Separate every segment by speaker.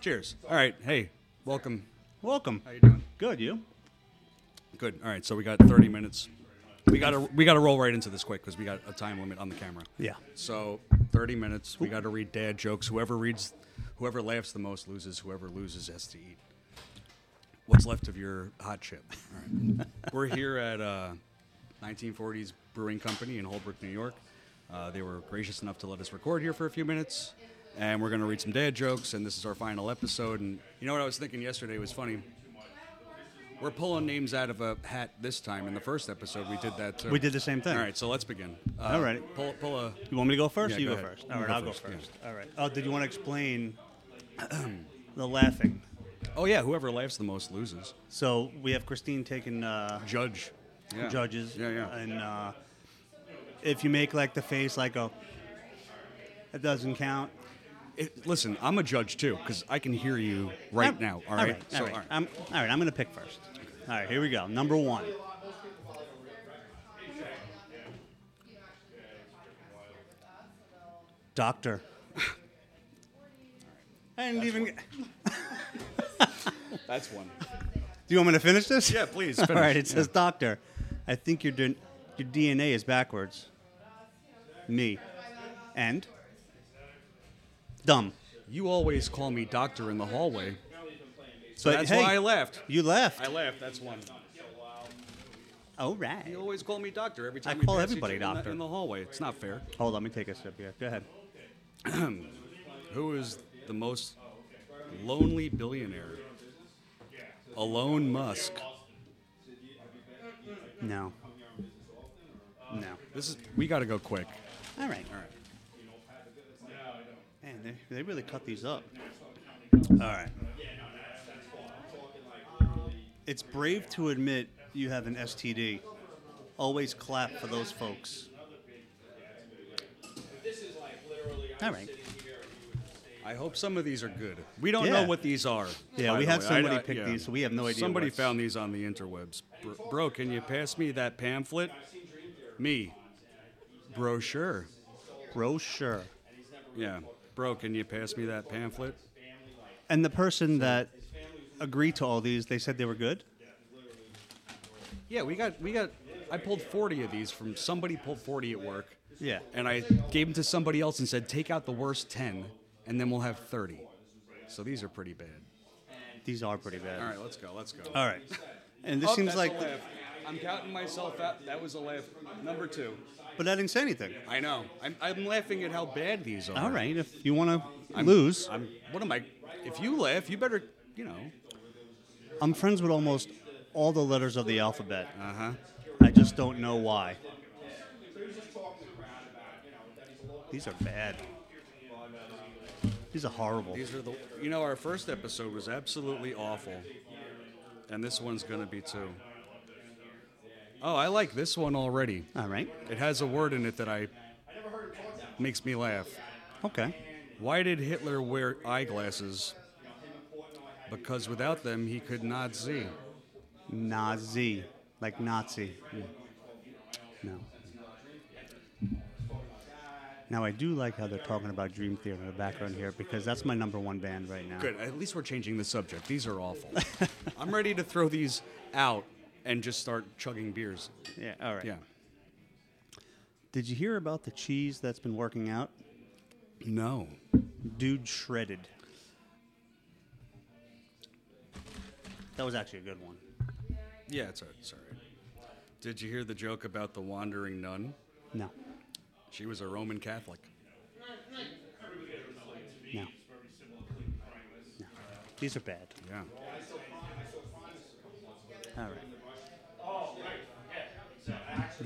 Speaker 1: Cheers. All right. Hey, welcome. Welcome. How you doing? Good. You? Good. All right. So we got 30 minutes. We got to we got to roll right into this quick because we got a time limit on the camera.
Speaker 2: Yeah.
Speaker 1: So 30 minutes. We got to read dad jokes. Whoever reads, whoever laughs the most loses. Whoever loses has to eat. What's left of your hot chip? All right. We're here at uh, 1940s Brewing Company in Holbrook, New York. Uh, they were gracious enough to let us record here for a few minutes, and we're going to read some dad jokes. And this is our final episode. And you know what I was thinking yesterday was funny. We're pulling names out of a hat this time. In the first episode, we did that too.
Speaker 2: We did the same thing.
Speaker 1: All right, so let's begin. Uh,
Speaker 2: All righty.
Speaker 1: Pull, pull a.
Speaker 2: You want me to go first?
Speaker 1: Yeah,
Speaker 2: or you
Speaker 1: go
Speaker 2: go,
Speaker 1: ahead.
Speaker 2: first.
Speaker 1: You
Speaker 2: All right,
Speaker 1: go
Speaker 2: I'll go
Speaker 1: first, yeah.
Speaker 2: first. All right. Oh, did you want to explain the laughing?
Speaker 1: Oh yeah, whoever laughs the most loses.
Speaker 2: So we have Christine taking uh,
Speaker 1: Judge. Yeah.
Speaker 2: judges.
Speaker 1: Yeah, yeah.
Speaker 2: And uh, if you make like the face like a, it doesn't count.
Speaker 1: It- listen, I'm a judge too because I can hear you right
Speaker 2: Oh,
Speaker 1: now. All
Speaker 2: all
Speaker 1: right.
Speaker 2: right,
Speaker 1: So,
Speaker 2: all right. I'm, all right. I'm gonna pick first. All right, here we go. Number one. Doctor. I didn't even. get-
Speaker 1: That's one.
Speaker 2: Do you want me to finish this?
Speaker 1: Yeah, please.
Speaker 2: All right, it
Speaker 1: finish.
Speaker 2: says, Doctor, I think your, din- your DNA is backwards. Me. And? Dumb.
Speaker 1: Yeah. You always call me doctor in the hallway, so
Speaker 2: But
Speaker 1: that's
Speaker 2: hey,
Speaker 1: why I laughed.
Speaker 2: You left.
Speaker 1: I laughed. That's one.
Speaker 2: All right.
Speaker 1: You always call me doctor every time.
Speaker 2: I
Speaker 1: we
Speaker 2: call
Speaker 1: pass each
Speaker 2: everybody
Speaker 1: other in the-
Speaker 2: doctor.
Speaker 1: in the hallway. It's not fair.
Speaker 2: Hold on, let me take a sip here. Go ahead.
Speaker 1: Who is the most lonely billionaire? Alone Musk.
Speaker 2: No. No.
Speaker 1: This is. We got to go quick.
Speaker 2: All right.
Speaker 1: All right.
Speaker 2: Man, they, they really cut these up. All right. It's brave to admit you have an STD. Always clap for those folks. All right.
Speaker 1: I hope some of these are good. We don't
Speaker 2: Yeah.
Speaker 1: know what these are.
Speaker 2: Yeah,
Speaker 1: by
Speaker 2: we
Speaker 1: the
Speaker 2: had
Speaker 1: way.
Speaker 2: somebody pick these, so we have no idea
Speaker 1: Somebody
Speaker 2: what's-
Speaker 1: found these on the interwebs. Bro, bro, can you pass me that pamphlet? Me. Brochure.
Speaker 2: Brochure.
Speaker 1: Yeah. Bro, can you pass me that pamphlet?
Speaker 2: And the person that agreed to all these, they said they were good?
Speaker 1: Yeah, we got we got. I pulled 40 of these from somebody pulled 40 at work,
Speaker 2: Yeah.
Speaker 1: and I gave them to somebody else and said, take out the worst 10, and then we'll have 30. So these are pretty bad.
Speaker 2: These are pretty bad.
Speaker 1: All right, let's go. Let's go.
Speaker 2: All right. And Uh, this
Speaker 1: Oh,
Speaker 2: seems
Speaker 1: that's
Speaker 2: like,
Speaker 1: a laugh. I'm counting myself out. That was a laugh. Number two.
Speaker 2: but I didn't say anything.
Speaker 1: I know. I'm, I'm laughing at how bad these are.
Speaker 2: All right. If you want to lose,
Speaker 1: I'm. What am I? If you laugh, you better. You know.
Speaker 2: I'm friends with almost all the letters of the alphabet.
Speaker 1: Uh huh.
Speaker 2: I just don't know why. These are bad. These are horrible.
Speaker 1: These are the. You know, our first episode was absolutely awful, and this one's gonna be too. Oh, I like this one already.
Speaker 2: All right.
Speaker 1: It has a word in it that I makes me laugh.
Speaker 2: Okay.
Speaker 1: Why did Hitler wear eyeglasses? Because without them, he could not see.
Speaker 2: Nazi, like Nazi. Mm. No. Now I do like how they're talking about Dream Theater in the background here because that's my number one band right now.
Speaker 1: Good. At least we're changing the subject. These are awful. I'm ready to throw these out and just start chugging beers.
Speaker 2: Yeah. All right.
Speaker 1: Yeah.
Speaker 2: Did you hear about the cheese that's been working out?
Speaker 1: No.
Speaker 2: Dude shredded. That was actually a good one.
Speaker 1: Yeah, it's all right. It's all right. Did you hear the joke about the wandering nun?
Speaker 2: No.
Speaker 1: She was a Roman Catholic.
Speaker 2: No. No. These are bad.
Speaker 1: Yeah.
Speaker 2: All right.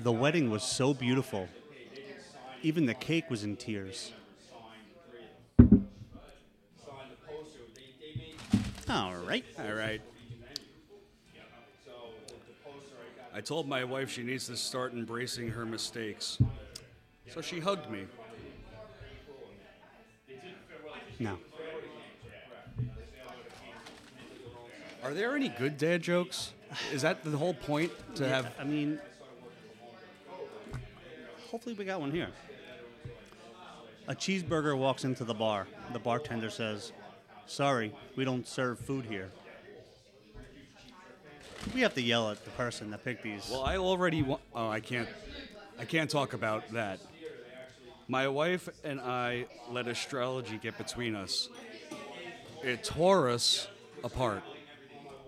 Speaker 2: The wedding was so beautiful. Even the cake was in tears. All right.
Speaker 1: All right. I told my wife she needs to start embracing her mistakes. So she hugged me.
Speaker 2: No.
Speaker 1: Are there any good dad jokes? Is that the whole point to have
Speaker 2: I mean, hopefully we got one here. A cheeseburger walks into the bar. The bartender says, Sorry, we don't serve food here. We have to yell at the person that picked these.
Speaker 1: Well, I already. Wa- oh, I can't. I can't talk about that. My wife and I let astrology get between us. It tore us apart.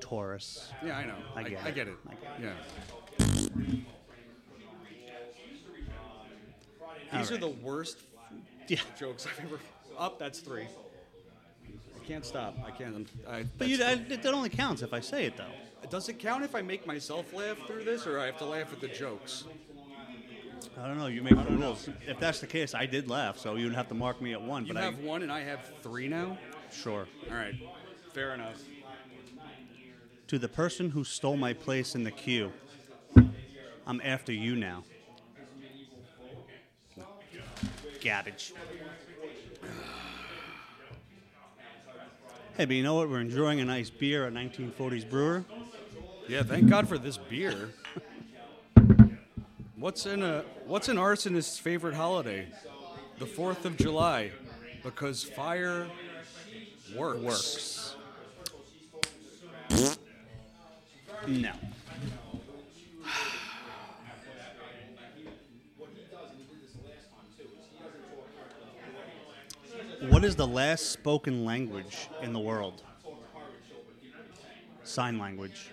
Speaker 2: Taurus.
Speaker 1: Yeah, I know.
Speaker 2: I get
Speaker 1: I
Speaker 2: it.
Speaker 1: get it.
Speaker 2: I get
Speaker 1: Yeah. These are
Speaker 2: right.
Speaker 1: the worst
Speaker 2: Yeah.
Speaker 1: jokes I've ever. Up, that's three. I can't stop. I can't. I,
Speaker 2: But you,
Speaker 1: that's-
Speaker 2: I, that only counts if I say it, though.
Speaker 1: does it count if I make myself laugh through this, or I have to laugh at the jokes?
Speaker 2: I don't know. You make the rules. If that's the case, I did laugh, so you'd have to mark me at one.
Speaker 1: You
Speaker 2: but
Speaker 1: have one, and I have three now.
Speaker 2: I sure.
Speaker 1: All right, fair enough.
Speaker 2: To the person who stole my place in the queue, I'm after you now. Garbage. Hey, but you know what? We're enjoying a nice beer, a 1940s brewer.
Speaker 1: Yeah, thank God for this beer. what's in a What's an arsonist's favorite holiday? The Fourth of July, because fire works.
Speaker 2: Works. No. What is the last spoken language in the world? Sign language.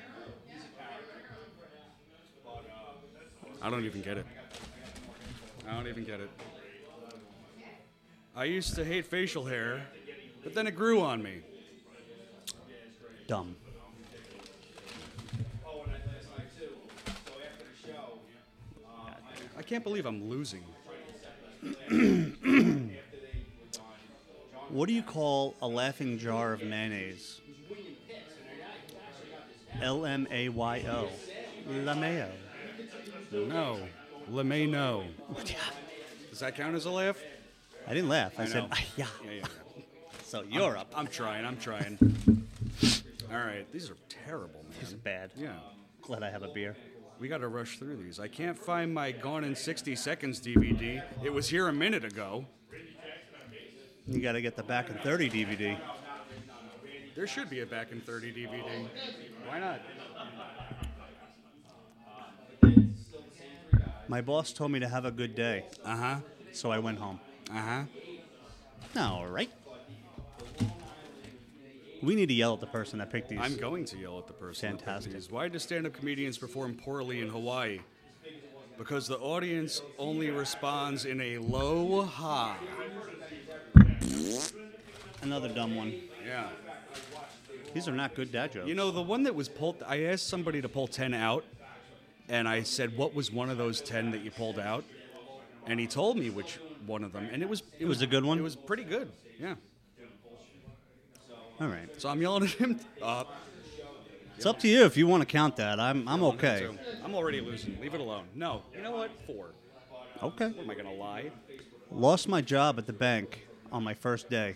Speaker 1: I don't even get it. I don't even get it. I used to hate facial hair, but then it grew on me.
Speaker 2: Dumb.
Speaker 1: I can't believe I'm losing.
Speaker 2: What do you call a laughing jar of mayonnaise? L M A Y O. La mayo.
Speaker 1: No, let me know. Does that count as a laugh?
Speaker 2: I didn't laugh. I, said, "Ah,
Speaker 1: know.
Speaker 2: yeah.
Speaker 1: Yeah, yeah. yeah.
Speaker 2: So you're up.
Speaker 1: I'm trying. I'm trying. All right, these are terrible, man.
Speaker 2: This is bad.
Speaker 1: Yeah,
Speaker 2: Glad I have a beer.
Speaker 1: we got to rush through these. I can't find my Gone in 60 Seconds DVD. It was here a minute ago.
Speaker 2: You got to get the Back in 30 DVD.
Speaker 1: There should be a Back in 30 DVD. Why not?
Speaker 2: My boss told me to have a good day,
Speaker 1: Uh huh.
Speaker 2: so I went home.
Speaker 1: Uh huh.
Speaker 2: All right. We need to yell at the person that picked these.
Speaker 1: I'm going to yell at the person. that picked
Speaker 2: Fantastic.
Speaker 1: these. Why do stand-up comedians perform poorly in Hawaii? Because the audience only responds in a low ha.
Speaker 2: Another dumb one.
Speaker 1: Yeah.
Speaker 2: These are not good dad jokes.
Speaker 1: You know, the one that was pulled, I asked somebody to pull 10 out, and I said, What was one of those 10 that you pulled out? And he told me which one of them, and it was it,
Speaker 2: was a good one?
Speaker 1: It was pretty good, yeah.
Speaker 2: All right.
Speaker 1: So I'm yelling at him. Uh,
Speaker 2: It's up to you if you want to count that. I'm, I'm okay.
Speaker 1: so I'm already losing. Leave it alone. No, you know what? Four.
Speaker 2: Okay.
Speaker 1: Am I gonna lie?
Speaker 2: Lost my job at the bank on my first day.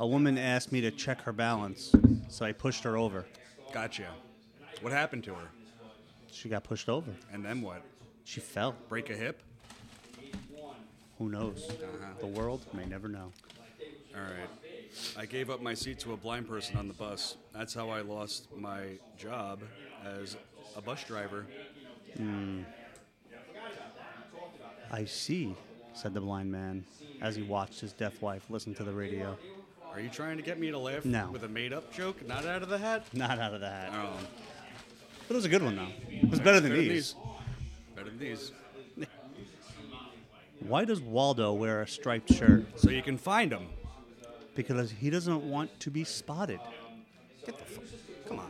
Speaker 2: A woman asked me to check her balance, so I pushed her over.
Speaker 1: Gotcha. What happened to her?
Speaker 2: She got pushed over.
Speaker 1: And then what?
Speaker 2: She fell.
Speaker 1: Break a hip?
Speaker 2: Who knows?
Speaker 1: Uh-huh.
Speaker 2: The world may never know.
Speaker 1: All right. I gave up my seat to a blind person on the bus. That's how I lost my job as a bus driver.
Speaker 2: I see, said the blind man as he watched his deaf wife listen to the radio.
Speaker 1: Are you trying to get me to laugh
Speaker 2: No.
Speaker 1: with a made up joke? Not out of the hat?
Speaker 2: Not out of the hat.
Speaker 1: Oh.
Speaker 2: But it was a good one, though. It was better than
Speaker 1: Better than
Speaker 2: these.
Speaker 1: these. Better than these.
Speaker 2: Why does Waldo wear a striped shirt?
Speaker 1: So you can find them.
Speaker 2: Because he doesn't want to be spotted.
Speaker 1: Get the fuck. Come on.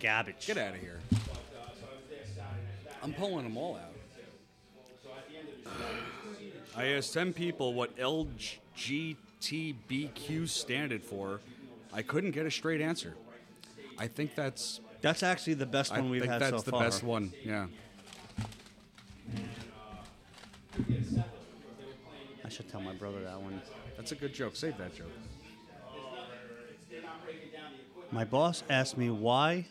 Speaker 2: Garbage.
Speaker 1: Get out of here. I'm pulling them all out. I asked 10 people what LGBTQ standard for. I couldn't get a straight answer. I think that's
Speaker 2: That's actually the best
Speaker 1: I
Speaker 2: one we've
Speaker 1: think
Speaker 2: had
Speaker 1: that's
Speaker 2: so
Speaker 1: the
Speaker 2: far.
Speaker 1: best one. Yeah.
Speaker 2: I should tell my brother that one.
Speaker 1: That's a good joke. Save that joke.
Speaker 2: My boss asked me why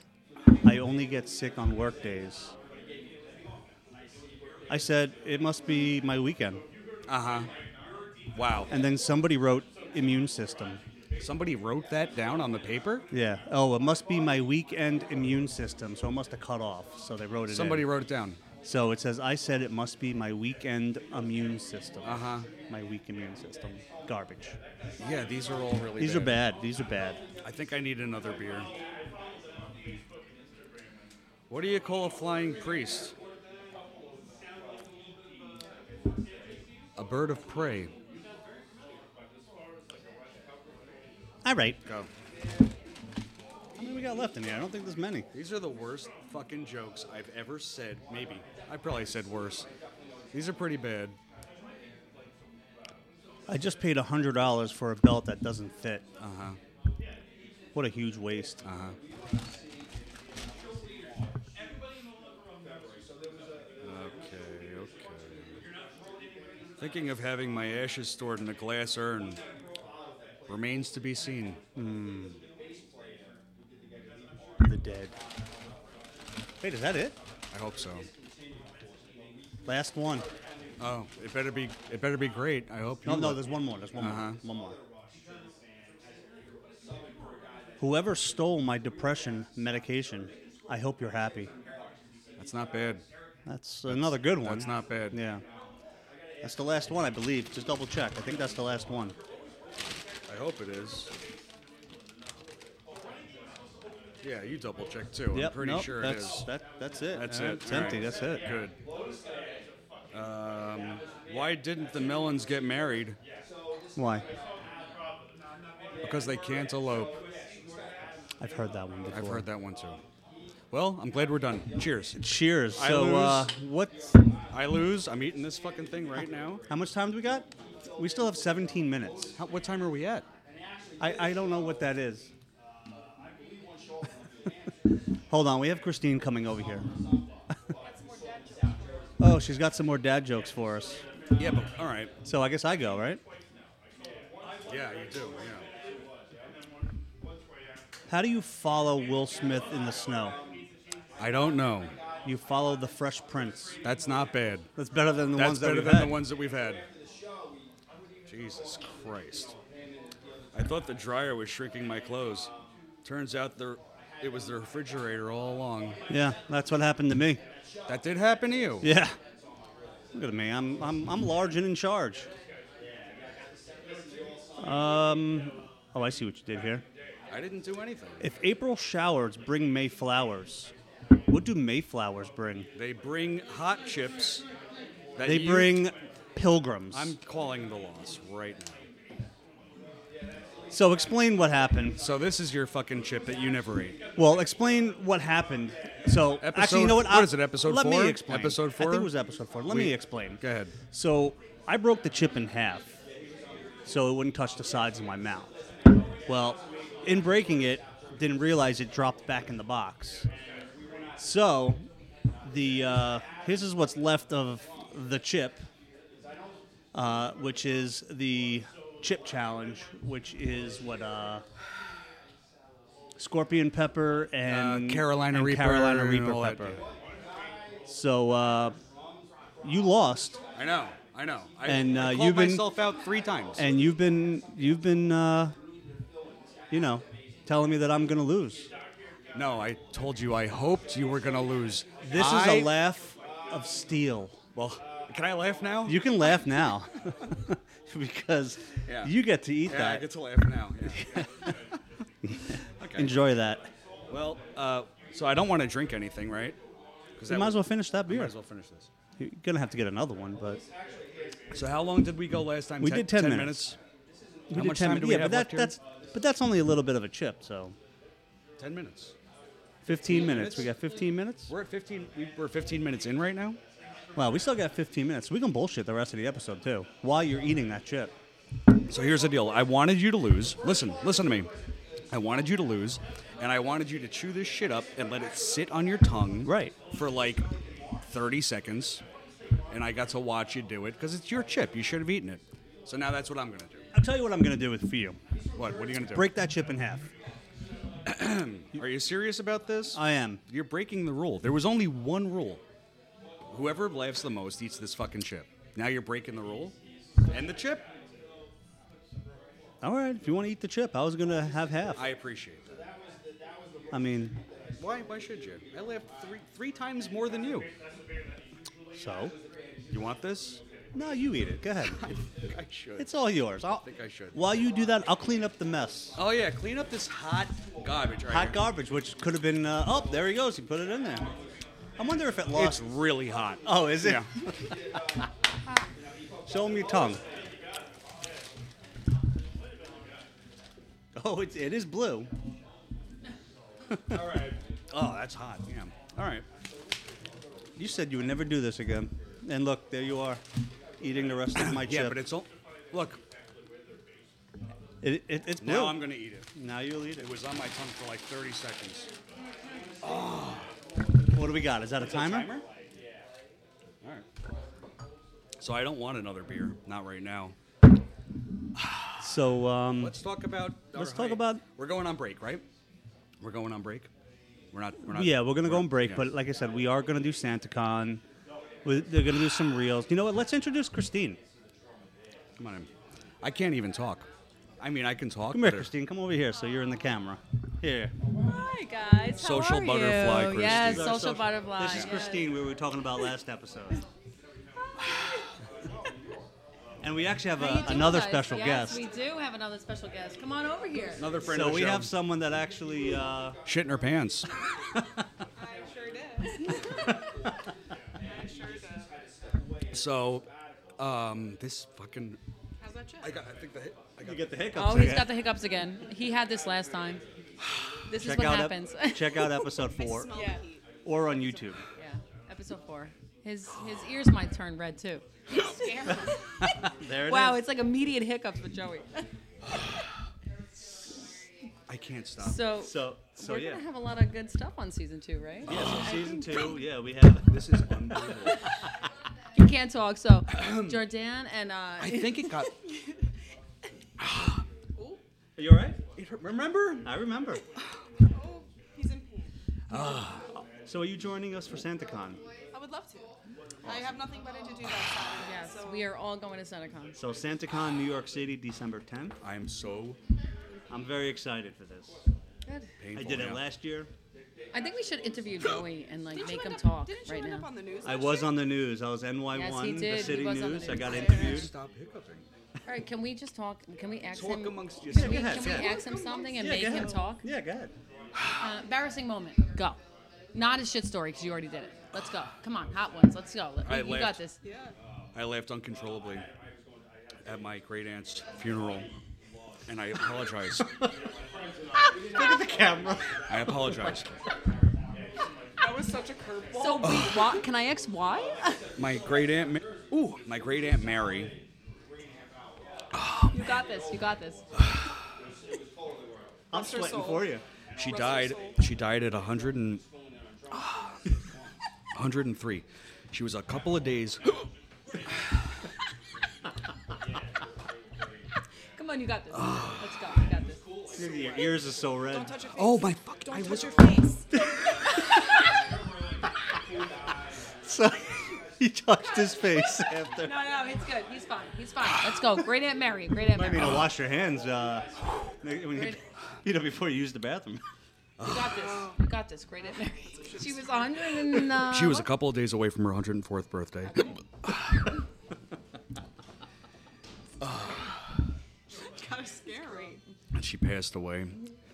Speaker 2: I only get sick on work days. I said, it must be my weekend.
Speaker 1: Uh huh. Wow.
Speaker 2: And then somebody wrote immune system.
Speaker 1: Somebody wrote that down on the paper.
Speaker 2: Yeah. Oh, it must be my weekend immune system, so it must have cut off. So they wrote it.
Speaker 1: Somebody
Speaker 2: In.
Speaker 1: wrote it down.
Speaker 2: So it says, I said it must be my weekend immune system. Uh
Speaker 1: Uh-huh.
Speaker 2: My weak immune system. Garbage.
Speaker 1: Yeah, these are all really.
Speaker 2: These are bad. These are bad.
Speaker 1: I think I need another beer. What do you call a flying priest? A bird of prey.
Speaker 2: All right.
Speaker 1: Go.
Speaker 2: How many we got left in here? I don't think there's many.
Speaker 1: These are the worst fucking jokes I've ever said. Maybe. I probably said worse. These are pretty bad.
Speaker 2: I just paid hundred dollars for a belt that doesn't fit.
Speaker 1: Uh huh.
Speaker 2: What a huge waste.
Speaker 1: Uh huh. Okay, okay. Thinking of having my ashes stored in a glass urn remains to be seen.
Speaker 2: The dead. Wait, is that it?
Speaker 1: I hope so.
Speaker 2: Last one.
Speaker 1: Oh, it better be it better be great. I hope you
Speaker 2: No, no,
Speaker 1: would.
Speaker 2: there's one more. There's one
Speaker 1: Uh-huh.
Speaker 2: more. One more. Whoever stole my depression medication, I hope you're happy.
Speaker 1: That's not bad.
Speaker 2: That's another good one.
Speaker 1: That's not bad.
Speaker 2: Yeah. That's the last one, I believe. Just double check. I think that's the last one.
Speaker 1: I hope it is. Yeah, you double check too. I'm pretty
Speaker 2: nope,
Speaker 1: sure it
Speaker 2: that's,
Speaker 1: is.
Speaker 2: That, that's it.
Speaker 1: That's
Speaker 2: All right,
Speaker 1: it.
Speaker 2: It's empty.
Speaker 1: All right.
Speaker 2: That's it.
Speaker 1: Good. Um, why didn't the Melons get married?
Speaker 2: Why?
Speaker 1: Because they can't elope.
Speaker 2: I've heard that one before.
Speaker 1: I've heard that one too. Well, I'm glad we're done. Cheers.
Speaker 2: Cheers.
Speaker 1: I
Speaker 2: So, uh,
Speaker 1: lose.
Speaker 2: what's
Speaker 1: I lose. I'm eating this fucking thing right now.
Speaker 2: How much time do we got? We still have 17 minutes.
Speaker 1: How, what time are we at?
Speaker 2: I, I don't know what that is. Hold on, we have Christine coming over here. oh, she's got some more dad jokes for us.
Speaker 1: Yeah, but all right.
Speaker 2: So I guess I go, right?
Speaker 1: Yeah, you do. Yeah.
Speaker 2: How do you follow Will Smith in the snow?
Speaker 1: I don't know.
Speaker 2: You follow the Fresh Prince.
Speaker 1: That's not bad.
Speaker 2: That's better than the
Speaker 1: That's
Speaker 2: ones that
Speaker 1: better
Speaker 2: we've
Speaker 1: than
Speaker 2: had.
Speaker 1: the ones that we've had. Jesus Christ. I thought the dryer was shrinking my clothes. Turns out there, it was the refrigerator all along.
Speaker 2: Yeah, that's what happened to me.
Speaker 1: That did happen to you.
Speaker 2: Yeah. Look at me. I'm I'm I'm large and in charge. Um. Oh, I see what you did here.
Speaker 1: I didn't do anything.
Speaker 2: If April showers bring May flowers, what do May flowers bring?
Speaker 1: They bring hot chips. That
Speaker 2: They
Speaker 1: you-
Speaker 2: bring pilgrims.
Speaker 1: I'm calling the loss right now.
Speaker 2: so explain what happened.
Speaker 1: So this is your fucking chip that you never ate.
Speaker 2: Well, explain what happened. So actually, you
Speaker 1: Episode-
Speaker 2: know what?
Speaker 1: what
Speaker 2: I'll-
Speaker 1: is it, episode
Speaker 2: Let
Speaker 1: four?
Speaker 2: me explain.
Speaker 1: Episode
Speaker 2: I
Speaker 1: four?
Speaker 2: think it was episode four. Let
Speaker 1: We-
Speaker 2: me explain.
Speaker 1: Go ahead.
Speaker 2: So I broke the chip in half, so it wouldn't touch the sides of my mouth. Well, in breaking it, didn't realize it dropped back in the box. So the uh, this is what's left of the chip, uh, which is the chip challenge, which is what. Uh, Scorpion pepper and
Speaker 1: Uh, Carolina
Speaker 2: and
Speaker 1: Reaper
Speaker 2: Carolina
Speaker 1: and
Speaker 2: Reaper
Speaker 1: all that
Speaker 2: pepper.
Speaker 1: deal.
Speaker 2: So uh, you lost,
Speaker 1: I know. I know. I,
Speaker 2: And,
Speaker 1: I
Speaker 2: uh,
Speaker 1: called
Speaker 2: you've been-
Speaker 1: myself out three times.
Speaker 2: and you've been you've been uh, you know telling me that I'm gonna lose.
Speaker 1: no, I told you I hoped you were gonna lose.
Speaker 2: This is
Speaker 1: I-
Speaker 2: a laugh of steel.
Speaker 1: Well, can I laugh now?
Speaker 2: You can laugh now because
Speaker 1: Yeah.
Speaker 2: you get to eat
Speaker 1: yeah, I
Speaker 2: that.
Speaker 1: get to laugh now. Yeah. okay.
Speaker 2: Enjoy that.
Speaker 1: Well, uh, so I don't want to drink anything, right? Because
Speaker 2: You might as well finish that
Speaker 1: might
Speaker 2: beer.
Speaker 1: as well finish this.
Speaker 2: You're gonna have to get another one, but
Speaker 1: So how long did we go last time?
Speaker 2: We
Speaker 1: Ten-
Speaker 2: did 10
Speaker 1: 10
Speaker 2: minutes. we
Speaker 1: How
Speaker 2: did
Speaker 1: much
Speaker 2: 10
Speaker 1: time
Speaker 2: minutes.
Speaker 1: do we
Speaker 2: yeah,
Speaker 1: have
Speaker 2: but that,
Speaker 1: left here?
Speaker 2: that's but that's only a little bit of a chip. So
Speaker 1: 10 minutes.
Speaker 2: 15 minutes. We
Speaker 1: minutes?
Speaker 2: got 15 minutes.
Speaker 1: We're at 15. we- We're 15 minutes in right now.
Speaker 2: Wow, we still got 15 minutes. We can bullshit the rest of the episode too while you're eating that chip.
Speaker 1: So here's the deal. I wanted you to lose. Listen, listen to me. I wanted you to lose, and I wanted you to chew this shit up and let it sit on your tongue
Speaker 2: Right.
Speaker 1: for like 30 seconds. And I got to watch you do it because it's your chip. You should have eaten it. So now that's what I'm gonna do.
Speaker 2: I'll tell you what I'm gonna do with for you.
Speaker 1: What? What are you gonna do?
Speaker 2: Break that chip in half.
Speaker 1: Are you serious about this?
Speaker 2: I am.
Speaker 1: You're breaking the rule. There was only one rule. Whoever laughs the most eats this fucking chip. Now you're breaking the rule and the chip.
Speaker 2: All right, if you want to eat the chip, I was gonna have half.
Speaker 1: I appreciate that.
Speaker 2: I mean,
Speaker 1: Why? Why should you? I laughed three three times more than you.
Speaker 2: so
Speaker 1: You want this?
Speaker 2: no, you eat it. Go ahead.
Speaker 1: I should.
Speaker 2: It's all yours. I'll,
Speaker 1: think I should.
Speaker 2: While you do that, I'll clean up the mess.
Speaker 1: oh yeah, clean up this hot garbage right
Speaker 2: Hot
Speaker 1: here.
Speaker 2: garbage, which could have been. Uh, oh, there he goes. He put it in there. I wonder if it
Speaker 1: It's
Speaker 2: lost.
Speaker 1: really hot.
Speaker 2: oh, is it?
Speaker 1: Yeah.
Speaker 2: Show him your tongue. Oh, it's, it is blue.
Speaker 1: Oh, that's hot. Yeah. All right.
Speaker 2: You said you would never do this again, and look, there you are, eating the rest of my chip.
Speaker 1: Yeah, but it's all. Look,
Speaker 2: It, it, it's blue.
Speaker 1: now I'm gonna eat it.
Speaker 2: now you'll eat it.
Speaker 1: It was on my tongue for like 30 seconds.
Speaker 2: What do we got? Is that a timer?
Speaker 1: All right. So I don't want another beer. Not right now.
Speaker 2: So, um,
Speaker 1: Let's talk about. our
Speaker 2: Let's talk
Speaker 1: height.
Speaker 2: about-
Speaker 1: We're going on break, right? We're going on break. We're not. We're not
Speaker 2: yeah, we're gonna go on break,
Speaker 1: yeah.
Speaker 2: but like I said, we are gonna do SantaCon. We- They're gonna do some reels. You know what? Let's introduce Christine.
Speaker 1: come on. in. I can't even talk. I mean, I can talk.
Speaker 2: Come here,
Speaker 1: but it-
Speaker 2: Christine. Come over here, so you're in the camera. Here.
Speaker 3: Hi guys, how
Speaker 1: Social
Speaker 3: are
Speaker 1: butterfly,
Speaker 3: you? Yes,
Speaker 1: Christine.
Speaker 3: social, butterfly.
Speaker 2: This is
Speaker 3: yes.
Speaker 2: Christine, we were talking about last episode. and we actually have
Speaker 3: How you
Speaker 2: a,
Speaker 3: doing,
Speaker 2: uh, another
Speaker 3: guys?
Speaker 2: special
Speaker 3: yes,
Speaker 2: guest.
Speaker 3: we do have another special guest. Come on over here.
Speaker 1: Another friend.
Speaker 2: So
Speaker 1: of the
Speaker 2: we
Speaker 1: show.
Speaker 2: have someone that actually. Uh,
Speaker 1: shit in her pants.
Speaker 3: I sure did. I sure did.
Speaker 1: so, um, this fucking.
Speaker 3: How's that chip?
Speaker 1: I got. I think the. hit- I
Speaker 2: you
Speaker 1: got.
Speaker 2: get the hiccups.
Speaker 3: Oh, he's
Speaker 2: again.
Speaker 3: got the hiccups again. He had this last time. This
Speaker 2: Check
Speaker 3: is what
Speaker 2: out ep-
Speaker 3: happens.
Speaker 2: check out episode four,
Speaker 3: yeah,
Speaker 2: or on YouTube.
Speaker 3: yeah. Episode four. His his ears might turn red too.
Speaker 2: There it is.
Speaker 3: wow, it's like immediate hiccups with Joey.
Speaker 1: I can't stop.
Speaker 3: So,
Speaker 2: So, so
Speaker 3: we're
Speaker 2: yeah.
Speaker 3: gonna have a lot of good stuff on season two, right?
Speaker 2: yeah, so season two. Yeah, we have.
Speaker 1: this is unbelievable.
Speaker 3: He can't talk, so Jordan and uh,
Speaker 1: I think it got.
Speaker 2: Are you all right?
Speaker 1: It hurt. Remember?
Speaker 2: I remember. He's in pain.
Speaker 4: Oh,
Speaker 2: so are you joining us for SantaCon?
Speaker 4: I would love to. I have nothing better to do that Saturday.
Speaker 3: Yes,
Speaker 4: so
Speaker 3: we are all going to CenterCon.
Speaker 2: So SantaCon, New York City, December 10th.
Speaker 1: I am so
Speaker 2: I'm very excited for this.
Speaker 3: Good.
Speaker 1: painful.
Speaker 2: I did it
Speaker 1: yeah.
Speaker 2: last year.
Speaker 3: I think we should interview Joey and like
Speaker 4: Didn't you
Speaker 3: make him
Speaker 4: end up-
Speaker 3: talk
Speaker 4: Didn't you
Speaker 3: right
Speaker 4: end
Speaker 3: now.
Speaker 4: up on the news?
Speaker 2: I
Speaker 4: last
Speaker 2: was
Speaker 4: year?
Speaker 2: on the news. I was NY1,
Speaker 3: did.
Speaker 2: the
Speaker 3: He
Speaker 2: city
Speaker 3: was on the
Speaker 2: news. I
Speaker 3: news.
Speaker 2: got
Speaker 3: Yeah.
Speaker 2: interviewed.
Speaker 1: Stop hiccuping.
Speaker 3: all right, can we just talk? Can we ask
Speaker 1: Talk
Speaker 3: him?
Speaker 1: amongst
Speaker 3: can
Speaker 1: yourselves.
Speaker 3: we,
Speaker 2: Go ahead,
Speaker 3: can
Speaker 2: go
Speaker 3: we
Speaker 2: ahead.
Speaker 3: ask him something and
Speaker 2: Yeah,
Speaker 3: make
Speaker 2: go
Speaker 3: him
Speaker 2: ahead.
Speaker 3: talk?
Speaker 2: Yeah, go ahead.
Speaker 3: Uh, embarrassing moment. Go. Not a shit story because you already did it. Let's go. Come on, hot ones. Let's go. Let-
Speaker 1: I
Speaker 3: you
Speaker 1: laughed.
Speaker 3: got this.
Speaker 4: Yeah.
Speaker 1: I laughed uncontrollably at my great aunt's funeral, and I apologize.
Speaker 2: Look at the camera.
Speaker 1: I apologize.
Speaker 4: That was such a curveball.
Speaker 3: So wait, why, can I ask why?
Speaker 1: My great aunt, Ma- ooh, my great aunt Mary.
Speaker 3: you got this. You got this.
Speaker 2: I'm
Speaker 4: her
Speaker 2: sweating
Speaker 4: soul.
Speaker 2: for you.
Speaker 1: She
Speaker 4: Rest her
Speaker 1: died.
Speaker 4: soul.
Speaker 1: She died at 100 and, ah, 103. She was a couple of days.
Speaker 3: Come on, you got this. Let's go. You got this.
Speaker 2: Your ears are so red.
Speaker 4: Don't touch your face.
Speaker 1: Oh my fuck!
Speaker 4: Don't
Speaker 1: I
Speaker 4: touch
Speaker 1: was.
Speaker 4: your face.
Speaker 2: So he touched his face after.
Speaker 3: No, no, he's good. He's fine. He's fine. Let's go. Great Aunt Mary. Great Aunt
Speaker 2: I mean,
Speaker 3: Mary.
Speaker 2: to wash your hands. Uh, when you,
Speaker 3: Great.
Speaker 2: you know, before you use the bathroom.
Speaker 3: You got this. You got this. Great Aunt Mary. She was 100 and. Uh,
Speaker 1: She was a couple of days away from her 104th birthday.
Speaker 4: kind of scary.
Speaker 1: And she passed away.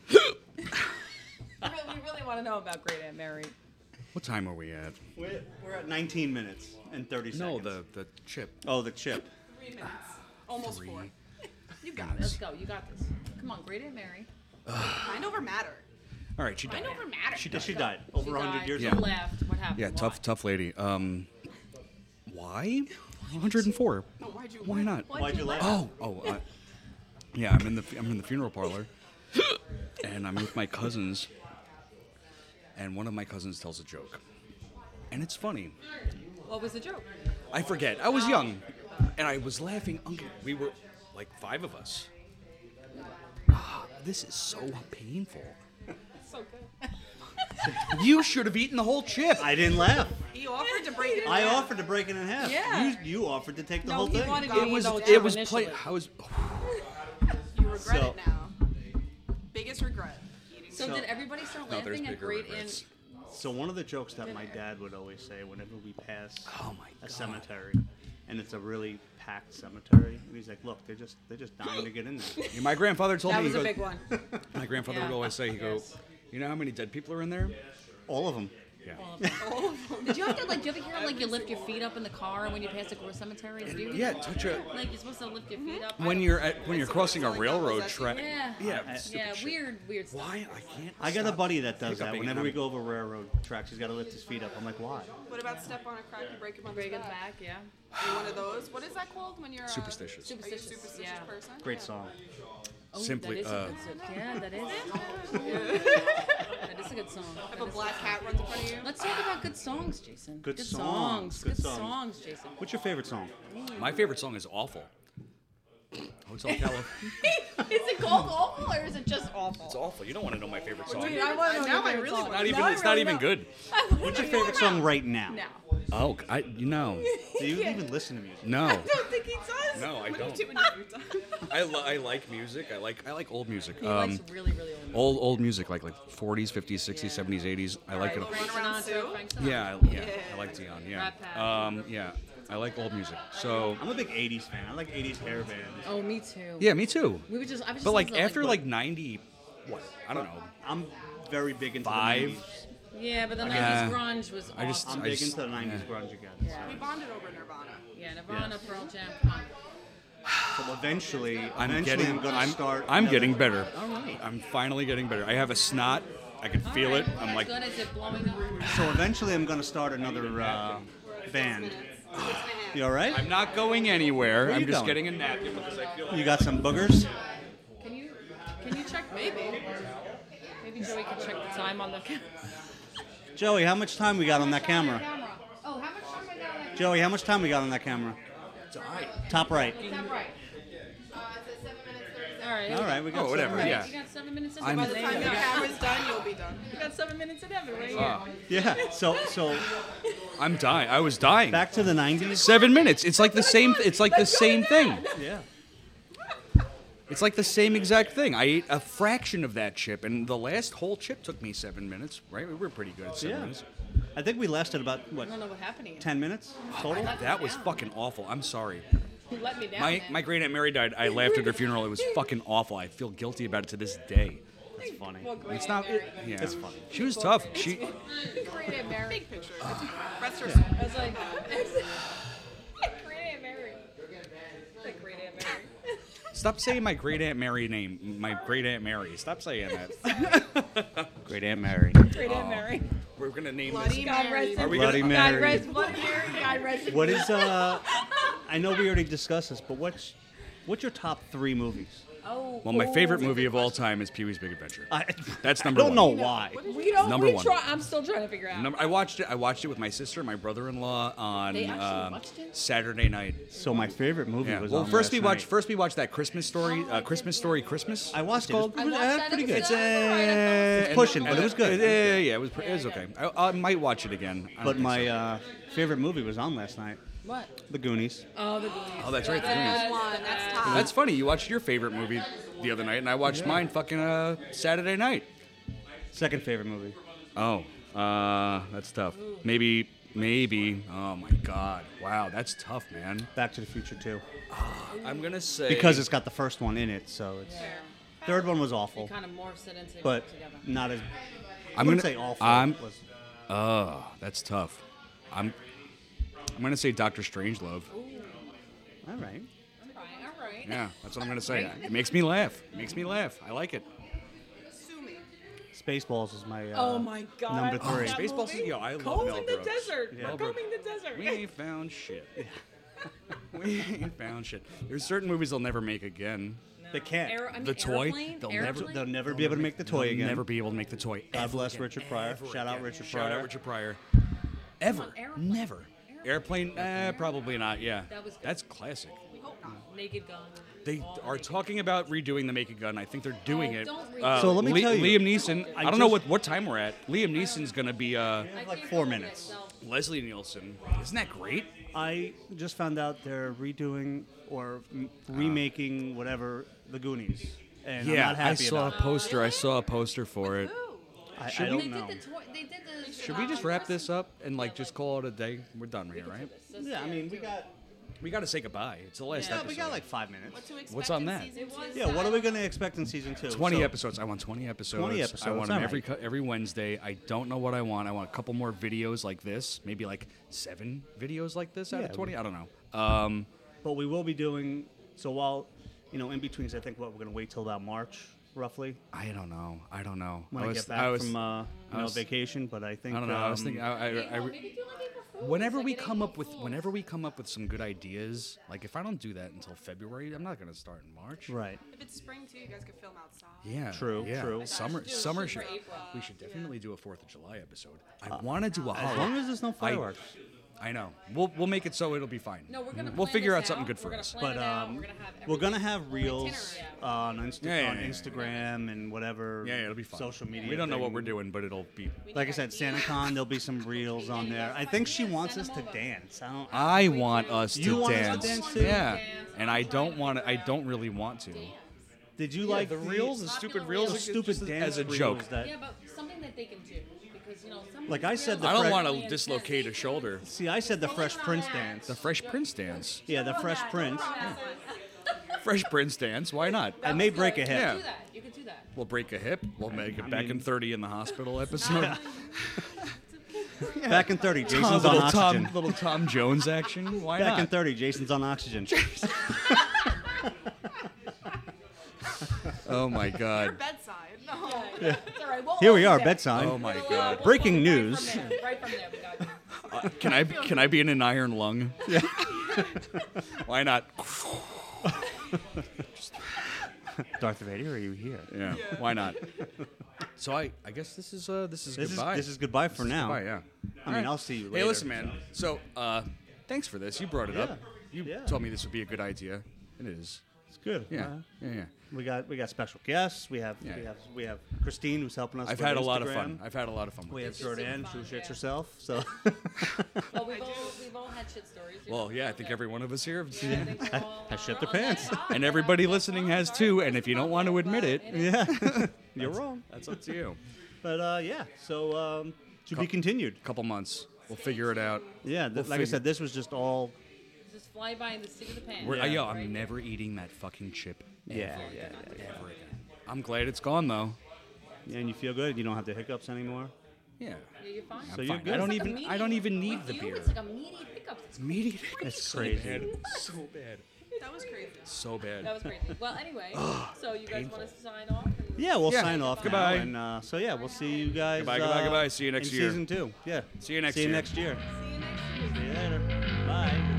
Speaker 3: We really, want to know about Great Aunt Mary.
Speaker 1: What time are we at?
Speaker 2: We're, we're at 19 minutes and 30
Speaker 1: No,
Speaker 2: seconds.
Speaker 1: the the chip.
Speaker 2: oh, the chip.
Speaker 4: Three minutes. Almost four.
Speaker 1: Three.
Speaker 4: You got
Speaker 3: Let's
Speaker 4: it.
Speaker 3: go. You got this. Come on, Great Aunt Mary.
Speaker 4: Mind over matter.
Speaker 1: All right, she died.
Speaker 3: Mind over matter.
Speaker 1: She
Speaker 2: Oh, Yeah,
Speaker 1: died.
Speaker 2: she died
Speaker 3: She
Speaker 2: over 100
Speaker 3: died,
Speaker 2: years
Speaker 3: she
Speaker 1: Yeah.
Speaker 2: old.
Speaker 3: left. What happened?
Speaker 1: Yeah,
Speaker 3: Why?
Speaker 1: tough, tough lady. Um, why? 104.
Speaker 4: No, why'd you?
Speaker 1: Why not?
Speaker 3: Why'd
Speaker 2: Why'd
Speaker 3: you
Speaker 2: you
Speaker 3: laugh?
Speaker 2: laugh?
Speaker 1: Oh, oh. I, yeah, I'm in the I'm in the funeral parlor, and I'm with my cousins, and one of my cousins tells a joke, and it's funny.
Speaker 3: What was the joke?
Speaker 1: I forget. I was young, and I was laughing. unco- We were like five of us. Ah, this is so painful.
Speaker 3: So good.
Speaker 1: You should have eaten the whole chip.
Speaker 2: I didn't laugh.
Speaker 4: He offered to break it. in
Speaker 2: I
Speaker 4: half.
Speaker 2: offered to break it in half.
Speaker 3: Yeah.
Speaker 2: You, you offered to take the
Speaker 3: No,
Speaker 2: whole
Speaker 3: he
Speaker 2: thing.
Speaker 3: wanted
Speaker 4: It
Speaker 3: to
Speaker 1: It was
Speaker 3: though,
Speaker 1: it was oh,
Speaker 3: initially.
Speaker 1: play. I was.
Speaker 4: You were regret
Speaker 2: So-
Speaker 4: it now. Biggest regret. Eating
Speaker 3: So,
Speaker 2: So-
Speaker 3: did everybody start
Speaker 1: No, there's
Speaker 3: laughing at
Speaker 1: bigger
Speaker 3: great
Speaker 1: regrets.
Speaker 3: in?
Speaker 2: So one of the jokes that my dad would always say whenever we pass
Speaker 1: Oh my
Speaker 2: a
Speaker 1: God.
Speaker 2: cemetery, and it's a really packed cemetery, and he's like, "Look, they're just they're just dying to get in there."
Speaker 1: Yeah, My grandfather told
Speaker 3: That
Speaker 1: me.
Speaker 3: was
Speaker 1: he
Speaker 3: a
Speaker 1: goes-
Speaker 3: big one.
Speaker 1: My grandfather
Speaker 3: Yeah.
Speaker 1: would always say, "He go,
Speaker 3: Yes.
Speaker 1: you know how many dead people are in there?
Speaker 2: All of them.
Speaker 1: Yeah,
Speaker 3: Did you have to like? Do you ever hear like you lift your feet up in the car when you pass a cemetery? Do you?
Speaker 1: yeah. Touch a
Speaker 3: Like you're supposed to lift your feet
Speaker 2: Mm-hmm.
Speaker 3: up. I
Speaker 1: when
Speaker 3: don't-
Speaker 1: you're at, when you're crossing a
Speaker 4: like that
Speaker 1: railroad
Speaker 4: possessive-
Speaker 1: track.
Speaker 3: Yeah.
Speaker 1: Yeah. stupid
Speaker 3: Yeah.
Speaker 1: shit.
Speaker 3: Weird. Weird stuff.
Speaker 1: Why I can't?
Speaker 2: I got a
Speaker 1: stop
Speaker 2: buddy that does that.
Speaker 1: hiccuping
Speaker 2: Whenever
Speaker 1: and
Speaker 2: we
Speaker 1: I'm-
Speaker 2: go over railroad tracks, he's got to lift his feet up. I'm like, why?
Speaker 4: What about step on a crack and break your mom's
Speaker 3: Break it
Speaker 4: back?
Speaker 3: back. Yeah.
Speaker 4: You're one of those. What is that called when you're uh,
Speaker 1: Superstitious.
Speaker 4: Are you a
Speaker 3: Superstitious.
Speaker 4: superstitious
Speaker 3: yeah.
Speaker 4: person?
Speaker 2: Great
Speaker 4: Yeah.
Speaker 2: song.
Speaker 3: Oh,
Speaker 1: Simply,
Speaker 3: That is
Speaker 1: uh,
Speaker 3: a good song. Yeah. That is. that is a good song.
Speaker 4: If a black cat runs in front of you.
Speaker 3: Let's talk about good songs, Jason.
Speaker 2: Good
Speaker 3: songs.
Speaker 2: songs, good
Speaker 3: Good
Speaker 2: songs.
Speaker 3: songs, Jason.
Speaker 2: What's your favorite song?
Speaker 1: My favorite song is "Awful." Oh, Hotel California.
Speaker 3: is it called awful or is it just awful?
Speaker 1: it's awful. You don't want to know my favorite song.
Speaker 3: Dude, I want to know
Speaker 4: Now
Speaker 3: your
Speaker 4: I
Speaker 3: favorite
Speaker 4: really
Speaker 3: song.
Speaker 4: want
Speaker 1: not even.
Speaker 3: Now I
Speaker 1: It's not
Speaker 3: really
Speaker 1: even
Speaker 3: know.
Speaker 1: good.
Speaker 3: I wanna
Speaker 2: What's your
Speaker 3: know
Speaker 2: favorite
Speaker 3: now.
Speaker 2: song right now?
Speaker 3: Now.
Speaker 1: Oh, I you know,
Speaker 2: Do you even listen to music?
Speaker 1: no.
Speaker 4: I don't think he does.
Speaker 1: No, I
Speaker 4: What
Speaker 1: don't.
Speaker 4: do you do when you're done?
Speaker 1: I, li- I like music. I like I like old music.
Speaker 3: He
Speaker 1: Um,
Speaker 3: likes really, really old.
Speaker 1: old old music like like 40s, 50s, 60s, 70s, 80s. I like it.
Speaker 3: All right, Frank
Speaker 4: Around
Speaker 3: Sinatra,
Speaker 4: Sue?
Speaker 3: Frank
Speaker 1: all.
Speaker 3: Sinatra.
Speaker 1: Yeah, I- yeah. I like Dion.
Speaker 3: Rat Pack.
Speaker 1: Yeah. Um, yeah. I like old music. So
Speaker 2: I'm a big '80s fan. I like '80s hair bands.
Speaker 3: Oh, me too.
Speaker 1: yeah, me too.
Speaker 3: We were just. I was just
Speaker 1: But like
Speaker 3: listening to,
Speaker 1: after like 90, what I don't know.
Speaker 2: I'm very big into
Speaker 1: Oh. Five.
Speaker 2: The 90s.
Speaker 3: Yeah, but the
Speaker 1: Yeah.
Speaker 3: 90s grunge was.
Speaker 1: I just-
Speaker 2: I'm
Speaker 3: Awesome.
Speaker 1: I
Speaker 2: big
Speaker 1: just-
Speaker 2: into the '90s
Speaker 1: yeah.
Speaker 2: grunge again.
Speaker 3: Yeah.
Speaker 4: We bonded over Nirvana.
Speaker 3: Yeah, Nirvana,
Speaker 2: Yes.
Speaker 3: Pearl Jam. Come on.
Speaker 2: So eventually,
Speaker 1: I'm
Speaker 2: eventually
Speaker 1: getting
Speaker 2: I'm gonna
Speaker 1: I'm,
Speaker 2: start.
Speaker 1: I'm
Speaker 2: another-
Speaker 1: getting better.
Speaker 2: All right.
Speaker 1: I'm finally getting better. I have a snot. I can
Speaker 3: All
Speaker 1: feel
Speaker 3: right,
Speaker 1: it.
Speaker 3: well,
Speaker 1: I'm
Speaker 3: that's
Speaker 1: like
Speaker 3: good. Is it blowing up?
Speaker 2: So eventually, I'm gonna start another uh, band.
Speaker 4: Ah.
Speaker 2: You all right?
Speaker 1: I'm not going anywhere.
Speaker 2: Where
Speaker 1: I'm
Speaker 2: you
Speaker 1: just
Speaker 2: going?
Speaker 1: getting a napkin because I feel
Speaker 2: You got some boogers?
Speaker 3: Can you? Can you check? Maybe. Maybe Joey can check the time on the camera.
Speaker 2: Joey, how much time we got on that camera?
Speaker 3: Oh, how much time I got on
Speaker 2: Joey, how much time we got on that camera?
Speaker 1: it's all right.
Speaker 2: Top right.
Speaker 3: that? Top right. Uh, All right.
Speaker 2: All right, we got.
Speaker 1: Oh, whatever,
Speaker 2: seven
Speaker 1: yeah.
Speaker 2: minutes.
Speaker 3: You got seven minutes in
Speaker 1: I'm-
Speaker 3: by the
Speaker 4: By
Speaker 3: time
Speaker 4: the
Speaker 3: you
Speaker 4: time the
Speaker 3: got-
Speaker 4: camera's done, you'll be done.
Speaker 3: you got seven minutes in heaven right here.
Speaker 1: Ah,
Speaker 2: Yeah. So, so
Speaker 1: I'm dying. I was dying.
Speaker 2: back to the '90s.
Speaker 1: Seven minutes. It's like the same. It's like the
Speaker 3: Let's go to
Speaker 1: same thing.
Speaker 2: Yeah.
Speaker 1: It's like the same exact thing. I ate a fraction of that chip, and the last whole chip took me seven minutes. Right? We were pretty good at seven
Speaker 2: Yeah.
Speaker 1: minutes.
Speaker 2: I think we lasted about what
Speaker 3: I don't know what happened to you.
Speaker 2: ten minutes total.
Speaker 1: That was fucking awful. I'm sorry.
Speaker 3: You let me down.
Speaker 1: My
Speaker 3: man.
Speaker 1: my great aunt Mary died. I laughed at her funeral. It was fucking awful. I feel guilty about it to this day.
Speaker 2: That's funny.
Speaker 3: Well, great
Speaker 1: It's not.
Speaker 3: Mary.
Speaker 1: yeah.
Speaker 2: It's funny.
Speaker 1: She was tough. She.
Speaker 3: Great Aunt Mary.
Speaker 4: Big picture. That's- Rest her soul.
Speaker 3: I was like, Great Aunt Mary. Like Great Aunt Mary.
Speaker 1: Stop saying my great aunt Mary name. My great aunt Mary. Stop saying that. great aunt Mary.
Speaker 3: Great Aunt Mary.
Speaker 1: We're gonna name
Speaker 4: Bloody
Speaker 1: this.
Speaker 3: God rest
Speaker 4: Mary.
Speaker 3: in
Speaker 1: Are we
Speaker 2: Bloody
Speaker 1: gonna-
Speaker 3: God
Speaker 2: Mary.
Speaker 3: rest Bloody Mary. God rest in
Speaker 2: What is uh? I know we already discussed this, but what's what's your top three movies?
Speaker 3: Oh.
Speaker 1: Well, my favorite
Speaker 3: oh.
Speaker 1: movie of all time is Pee Wee's Big Adventure.
Speaker 2: I,
Speaker 1: That's
Speaker 2: I
Speaker 1: number
Speaker 2: don't
Speaker 1: one.
Speaker 2: know why.
Speaker 3: We don't.
Speaker 1: Number
Speaker 3: we
Speaker 1: one.
Speaker 3: Try, I'm still trying to figure out.
Speaker 1: Number, I watched it. I watched it with my sister, and my brother-in-law on
Speaker 3: They actually
Speaker 1: um,
Speaker 3: watched it?
Speaker 1: Saturday night.
Speaker 2: So my favorite movie
Speaker 1: Yeah.
Speaker 2: was.
Speaker 1: Well,
Speaker 2: on
Speaker 1: first
Speaker 2: last
Speaker 1: we watched.
Speaker 2: night.
Speaker 1: First we watched that Christmas story. Uh, Christmas story. Christmas.
Speaker 2: I watched it.
Speaker 1: called.
Speaker 2: It was, uh,
Speaker 3: that
Speaker 2: pretty good.
Speaker 3: episode.
Speaker 1: uh, and-
Speaker 3: It's
Speaker 1: Eh,
Speaker 2: pushing, but
Speaker 1: and-
Speaker 2: it was good.
Speaker 1: Yeah, yeah, yeah, it was. It was okay. I, I might watch it again. I don't
Speaker 2: But
Speaker 1: think
Speaker 2: my
Speaker 1: so.
Speaker 2: uh, favorite movie was on last night,
Speaker 3: What?
Speaker 2: The Goonies.
Speaker 3: Oh, the.
Speaker 1: oh, that's right. The Goonies.
Speaker 4: That's one. That's top.
Speaker 1: That's funny. You watched your favorite movie the other night, and I watched mine fucking uh, Saturday night.
Speaker 2: Second favorite movie.
Speaker 1: Oh, uh, that's tough. Maybe, maybe. Oh my God! Wow, that's tough, man.
Speaker 2: Back to the Future too,
Speaker 1: Eh. I'm gonna say
Speaker 2: because it's got the first one in it. So it's third one was awful,
Speaker 3: Kind of morphs it into
Speaker 2: but
Speaker 3: together.
Speaker 2: not as.
Speaker 1: I'm
Speaker 2: I wouldn't
Speaker 1: gonna-
Speaker 2: say awful.
Speaker 1: I'm-
Speaker 2: It was-
Speaker 1: Oh, that's tough. I'm. I'm gonna say Doctor Strangelove.
Speaker 2: all right.
Speaker 3: All right. All right.
Speaker 1: Yeah, that's what I'm gonna say. It makes me laugh. It makes me laugh. I like it.
Speaker 4: Sue me.
Speaker 2: Spaceballs is my. Uh,
Speaker 3: Oh my God.
Speaker 2: Number
Speaker 3: I love
Speaker 2: three.
Speaker 3: that
Speaker 1: Spaceballs is-
Speaker 3: movie.
Speaker 1: yo, I love
Speaker 3: Combing
Speaker 1: Mel
Speaker 3: the
Speaker 1: Brooks.
Speaker 3: desert.
Speaker 1: Mel
Speaker 3: We're
Speaker 1: Brooks.
Speaker 3: combing the desert.
Speaker 1: We ain't found shit. we ain't found shit. There's certain movies they'll never make again.
Speaker 2: They can't.
Speaker 3: Aero- I mean,
Speaker 1: The toy.
Speaker 3: Airplane?
Speaker 1: They'll never-
Speaker 3: airplane?
Speaker 2: They'll never be able to make the toy
Speaker 1: They'll
Speaker 2: again.
Speaker 1: Never be able to make the toy.
Speaker 2: God
Speaker 1: ever
Speaker 2: bless
Speaker 1: again,
Speaker 2: Richard Pryor.
Speaker 1: ever
Speaker 2: Shout out
Speaker 1: again.
Speaker 2: Richard
Speaker 1: Shout
Speaker 2: Pryor.
Speaker 1: out Richard Pryor. Ever.
Speaker 3: Airplane.
Speaker 1: Never. Airplane? Eh, probably not. Yeah.
Speaker 3: That was good.
Speaker 1: That's classic.
Speaker 4: We hope not.
Speaker 3: Naked Gun.
Speaker 1: They
Speaker 3: All
Speaker 1: are
Speaker 3: Naked
Speaker 1: talking about redoing the Make a Gun. I think they're doing
Speaker 3: Oh,
Speaker 1: it.
Speaker 3: don't redo
Speaker 1: Uh,
Speaker 3: it.
Speaker 2: So let me
Speaker 1: Li-
Speaker 2: tell you-
Speaker 1: Liam Neeson. I
Speaker 2: I
Speaker 1: don't know what,
Speaker 2: just-
Speaker 1: what time we're at. Liam Neeson's gonna be uh,
Speaker 3: Gun. I
Speaker 2: like
Speaker 3: can't
Speaker 2: four
Speaker 3: believe
Speaker 2: minutes.
Speaker 3: myself.
Speaker 1: Leslie Nielsen. Isn't that great?
Speaker 2: I just found out they're redoing or m- remaking whatever the Goonies. and I'm
Speaker 1: Oh. yeah,
Speaker 2: not happy
Speaker 1: I saw
Speaker 2: about
Speaker 1: a poster. I saw a poster for it.
Speaker 2: it. I,
Speaker 1: Should
Speaker 2: I
Speaker 1: we-
Speaker 2: don't know.
Speaker 3: They did the toy- they did the-
Speaker 1: Should we just wrap this up and like just call it a day? We're done here, right?
Speaker 2: Yeah, I mean, we got
Speaker 1: We got to say goodbye. It's the last
Speaker 4: Yeah,
Speaker 2: yeah,
Speaker 1: episode.
Speaker 2: we got like five minutes.
Speaker 4: What to expect
Speaker 1: What's on
Speaker 4: in
Speaker 1: that?
Speaker 4: season two.
Speaker 2: Yeah, what are we gonna expect in season two?
Speaker 1: 20
Speaker 2: So-
Speaker 1: episodes. I want 20 episodes.
Speaker 2: 20
Speaker 1: I
Speaker 2: episodes,
Speaker 1: want them
Speaker 2: all
Speaker 1: every,
Speaker 2: right.
Speaker 1: cu- every Wednesday. I don't know what I want. I want a couple more videos like this. Maybe like seven videos like this out
Speaker 2: Yeah,
Speaker 1: of
Speaker 2: we-
Speaker 1: 20. I don't know. Um,
Speaker 2: But we will be doing so while you know in betweens. I think what we're gonna wait till about March roughly
Speaker 1: I don't know. I don't know.
Speaker 2: when
Speaker 1: I
Speaker 2: I,
Speaker 1: was,
Speaker 2: get back
Speaker 1: I was,
Speaker 2: from uh, you know,
Speaker 1: was-
Speaker 2: vacation. But I think
Speaker 1: I don't know. I was
Speaker 2: um,
Speaker 1: thinking. I, I, I, whenever we come up with whenever we come up with some good ideas, like if I don't do that until February, I'm not going to start in March.
Speaker 2: right.
Speaker 4: If it's spring too, you guys could film outside.
Speaker 1: Yeah.
Speaker 2: True,
Speaker 1: Yeah.
Speaker 2: true.
Speaker 1: Summer.
Speaker 3: do a
Speaker 1: Summer.
Speaker 3: shoot
Speaker 1: Should,
Speaker 3: for April.
Speaker 1: we should definitely do a Fourth of July episode. I want to do a.
Speaker 2: Uh, As long as there's no
Speaker 1: Oh, I-
Speaker 2: fireworks.
Speaker 1: I know. We'll we'll make it so it'll be fine.
Speaker 3: No, we're gonna.
Speaker 1: We'll
Speaker 3: plan
Speaker 1: figure
Speaker 3: this
Speaker 1: out something
Speaker 3: out.
Speaker 1: good
Speaker 3: We're
Speaker 1: for
Speaker 3: gonna
Speaker 1: us.
Speaker 3: plan
Speaker 2: but
Speaker 3: it out.
Speaker 2: um,
Speaker 3: We're gonna have
Speaker 2: we're gonna
Speaker 3: everything.
Speaker 2: have reels on,
Speaker 3: itinerary.
Speaker 2: Insta-
Speaker 1: Yeah, yeah,
Speaker 2: on
Speaker 1: yeah, yeah.
Speaker 2: Instagram and whatever
Speaker 1: Yeah, yeah, it'll be fine.
Speaker 2: social media.
Speaker 1: We don't know what
Speaker 2: thing.
Speaker 1: we're doing, but it'll be.
Speaker 2: Like I said, SantaCon, there'll be some reels on there. I think she wants us to dance. I don't.
Speaker 1: I want us
Speaker 2: You
Speaker 1: to
Speaker 2: want us to
Speaker 1: dance.
Speaker 2: dance too?
Speaker 1: yeah.
Speaker 3: Dance.
Speaker 1: And I don't want to. I don't really want to.
Speaker 2: Did you like
Speaker 1: and
Speaker 3: stupid reels
Speaker 2: those stupid dance
Speaker 1: as a
Speaker 2: reels
Speaker 1: joke.
Speaker 2: That,
Speaker 3: Yeah, but something that they can do because you know. some
Speaker 2: Like I said, the
Speaker 1: I don't
Speaker 2: Fre-
Speaker 1: want to dislocate a shoulder.
Speaker 2: See, I said the
Speaker 3: Well,
Speaker 2: Fresh
Speaker 3: look at
Speaker 2: Prince
Speaker 3: that.
Speaker 2: dance.
Speaker 1: The Fresh Prince dance.
Speaker 2: yeah, the Fresh Prince.
Speaker 1: Fresh Prince dance. Why not?
Speaker 2: I may break a
Speaker 3: You
Speaker 2: hip.
Speaker 3: could do
Speaker 1: Yeah.
Speaker 3: that. You could do that.
Speaker 1: We'll break a hip. We'll make
Speaker 2: I
Speaker 1: it back
Speaker 2: mean-
Speaker 1: in 30 in the hospital episode.
Speaker 2: Back in 30,
Speaker 1: Tom,
Speaker 2: Jason's on
Speaker 1: little,
Speaker 2: oxygen.
Speaker 1: Tom, little Tom Jones action. Why
Speaker 2: Back
Speaker 1: not?
Speaker 2: in 30, Jason's on oxygen.
Speaker 1: oh my
Speaker 4: Your
Speaker 1: God.
Speaker 4: bedside. No.
Speaker 3: It's all right. We'll
Speaker 2: Here we
Speaker 3: all
Speaker 2: are,
Speaker 3: do that.
Speaker 2: bedtime.
Speaker 1: Oh my
Speaker 3: We'll, uh,
Speaker 1: God.
Speaker 3: we'll-
Speaker 2: Breaking
Speaker 3: right from
Speaker 2: news.
Speaker 3: there, Right from there, we got you.
Speaker 1: Can I can I be in an iron lung? Yeah. Why not?
Speaker 2: Darth Vader, are you here?
Speaker 1: Yeah. Why not? So I I guess this is uh this is
Speaker 2: This
Speaker 1: goodbye.
Speaker 2: is this is goodbye for now.
Speaker 1: Goodbye, yeah.
Speaker 2: I mean, I'll see you later.
Speaker 1: Hey, listen, man. So uh, thanks for this. You brought it up.
Speaker 2: Yeah,
Speaker 1: You
Speaker 2: yeah.
Speaker 1: told me this would be a good idea. It is.
Speaker 2: It's good.
Speaker 1: Yeah.
Speaker 2: Uh,
Speaker 1: Yeah. Yeah.
Speaker 2: we got we got special guests. We have
Speaker 1: Yeah.
Speaker 2: we have we have Christine who's helping us.
Speaker 1: I've
Speaker 2: with
Speaker 1: had a lot of
Speaker 2: Instagram.
Speaker 1: fun. I've had a lot of fun. With
Speaker 2: we
Speaker 1: it.
Speaker 2: have Jordan
Speaker 3: super
Speaker 2: who
Speaker 3: fun,
Speaker 2: shits
Speaker 3: yeah.
Speaker 2: herself. So
Speaker 3: Well, we've all, we've all had shit stories. you
Speaker 1: Well,
Speaker 3: know,
Speaker 1: yeah. I
Speaker 3: so
Speaker 1: think
Speaker 3: that-
Speaker 1: every one of us here.
Speaker 3: Yeah, I think we're all,
Speaker 2: I shit
Speaker 3: uh,
Speaker 2: their
Speaker 3: on that
Speaker 2: pants.
Speaker 3: vibe.
Speaker 1: And everybody listening has too. And if you don't want to admit it,
Speaker 2: yeah, you're wrong.
Speaker 1: that's up to you.
Speaker 2: But uh, yeah, so um, to be continued.
Speaker 1: couple months. We'll figure it out.
Speaker 2: Yeah, th-
Speaker 1: We'll
Speaker 2: like I
Speaker 1: figure-
Speaker 2: said, this was just all.
Speaker 3: Just fly by in the seat of the pants.
Speaker 1: We're, uh,
Speaker 2: Yeah.
Speaker 1: Yo,
Speaker 3: Right.
Speaker 1: I'm never eating that fucking chip.
Speaker 2: Yeah,
Speaker 1: ever
Speaker 2: yeah,
Speaker 1: again,
Speaker 2: yeah, yeah.
Speaker 1: ever again. I'm glad it's gone though.
Speaker 2: And you feel good. You don't have the hiccups anymore.
Speaker 1: Yeah.
Speaker 3: Yeah, you're fine.
Speaker 1: I'm
Speaker 2: So you're
Speaker 1: fine.
Speaker 2: good.
Speaker 1: I don't
Speaker 2: It's
Speaker 3: It's like a
Speaker 1: even. I
Speaker 3: meaty-
Speaker 1: don't even need
Speaker 3: with
Speaker 1: the
Speaker 3: you,
Speaker 1: beer.
Speaker 3: It's like a meaty pickup. It's
Speaker 1: Meaty.
Speaker 2: That's crazy.
Speaker 1: So bad.
Speaker 4: That was crazy.
Speaker 1: So bad.
Speaker 3: That was crazy. Well, anyway, so you guys
Speaker 1: painful.
Speaker 3: want us to sign off? and-
Speaker 2: Yeah, we'll
Speaker 1: Yeah.
Speaker 2: sign off. now,
Speaker 1: Goodbye.
Speaker 2: and uh, so yeah, we'll see you guys.
Speaker 1: Goodbye, goodbye,
Speaker 2: uh,
Speaker 1: goodbye. See you next
Speaker 2: in
Speaker 1: year.
Speaker 2: Season two. Yeah.
Speaker 1: See you next
Speaker 2: See you
Speaker 1: year.
Speaker 2: next year.
Speaker 4: See you next year.
Speaker 2: See you later. Bye.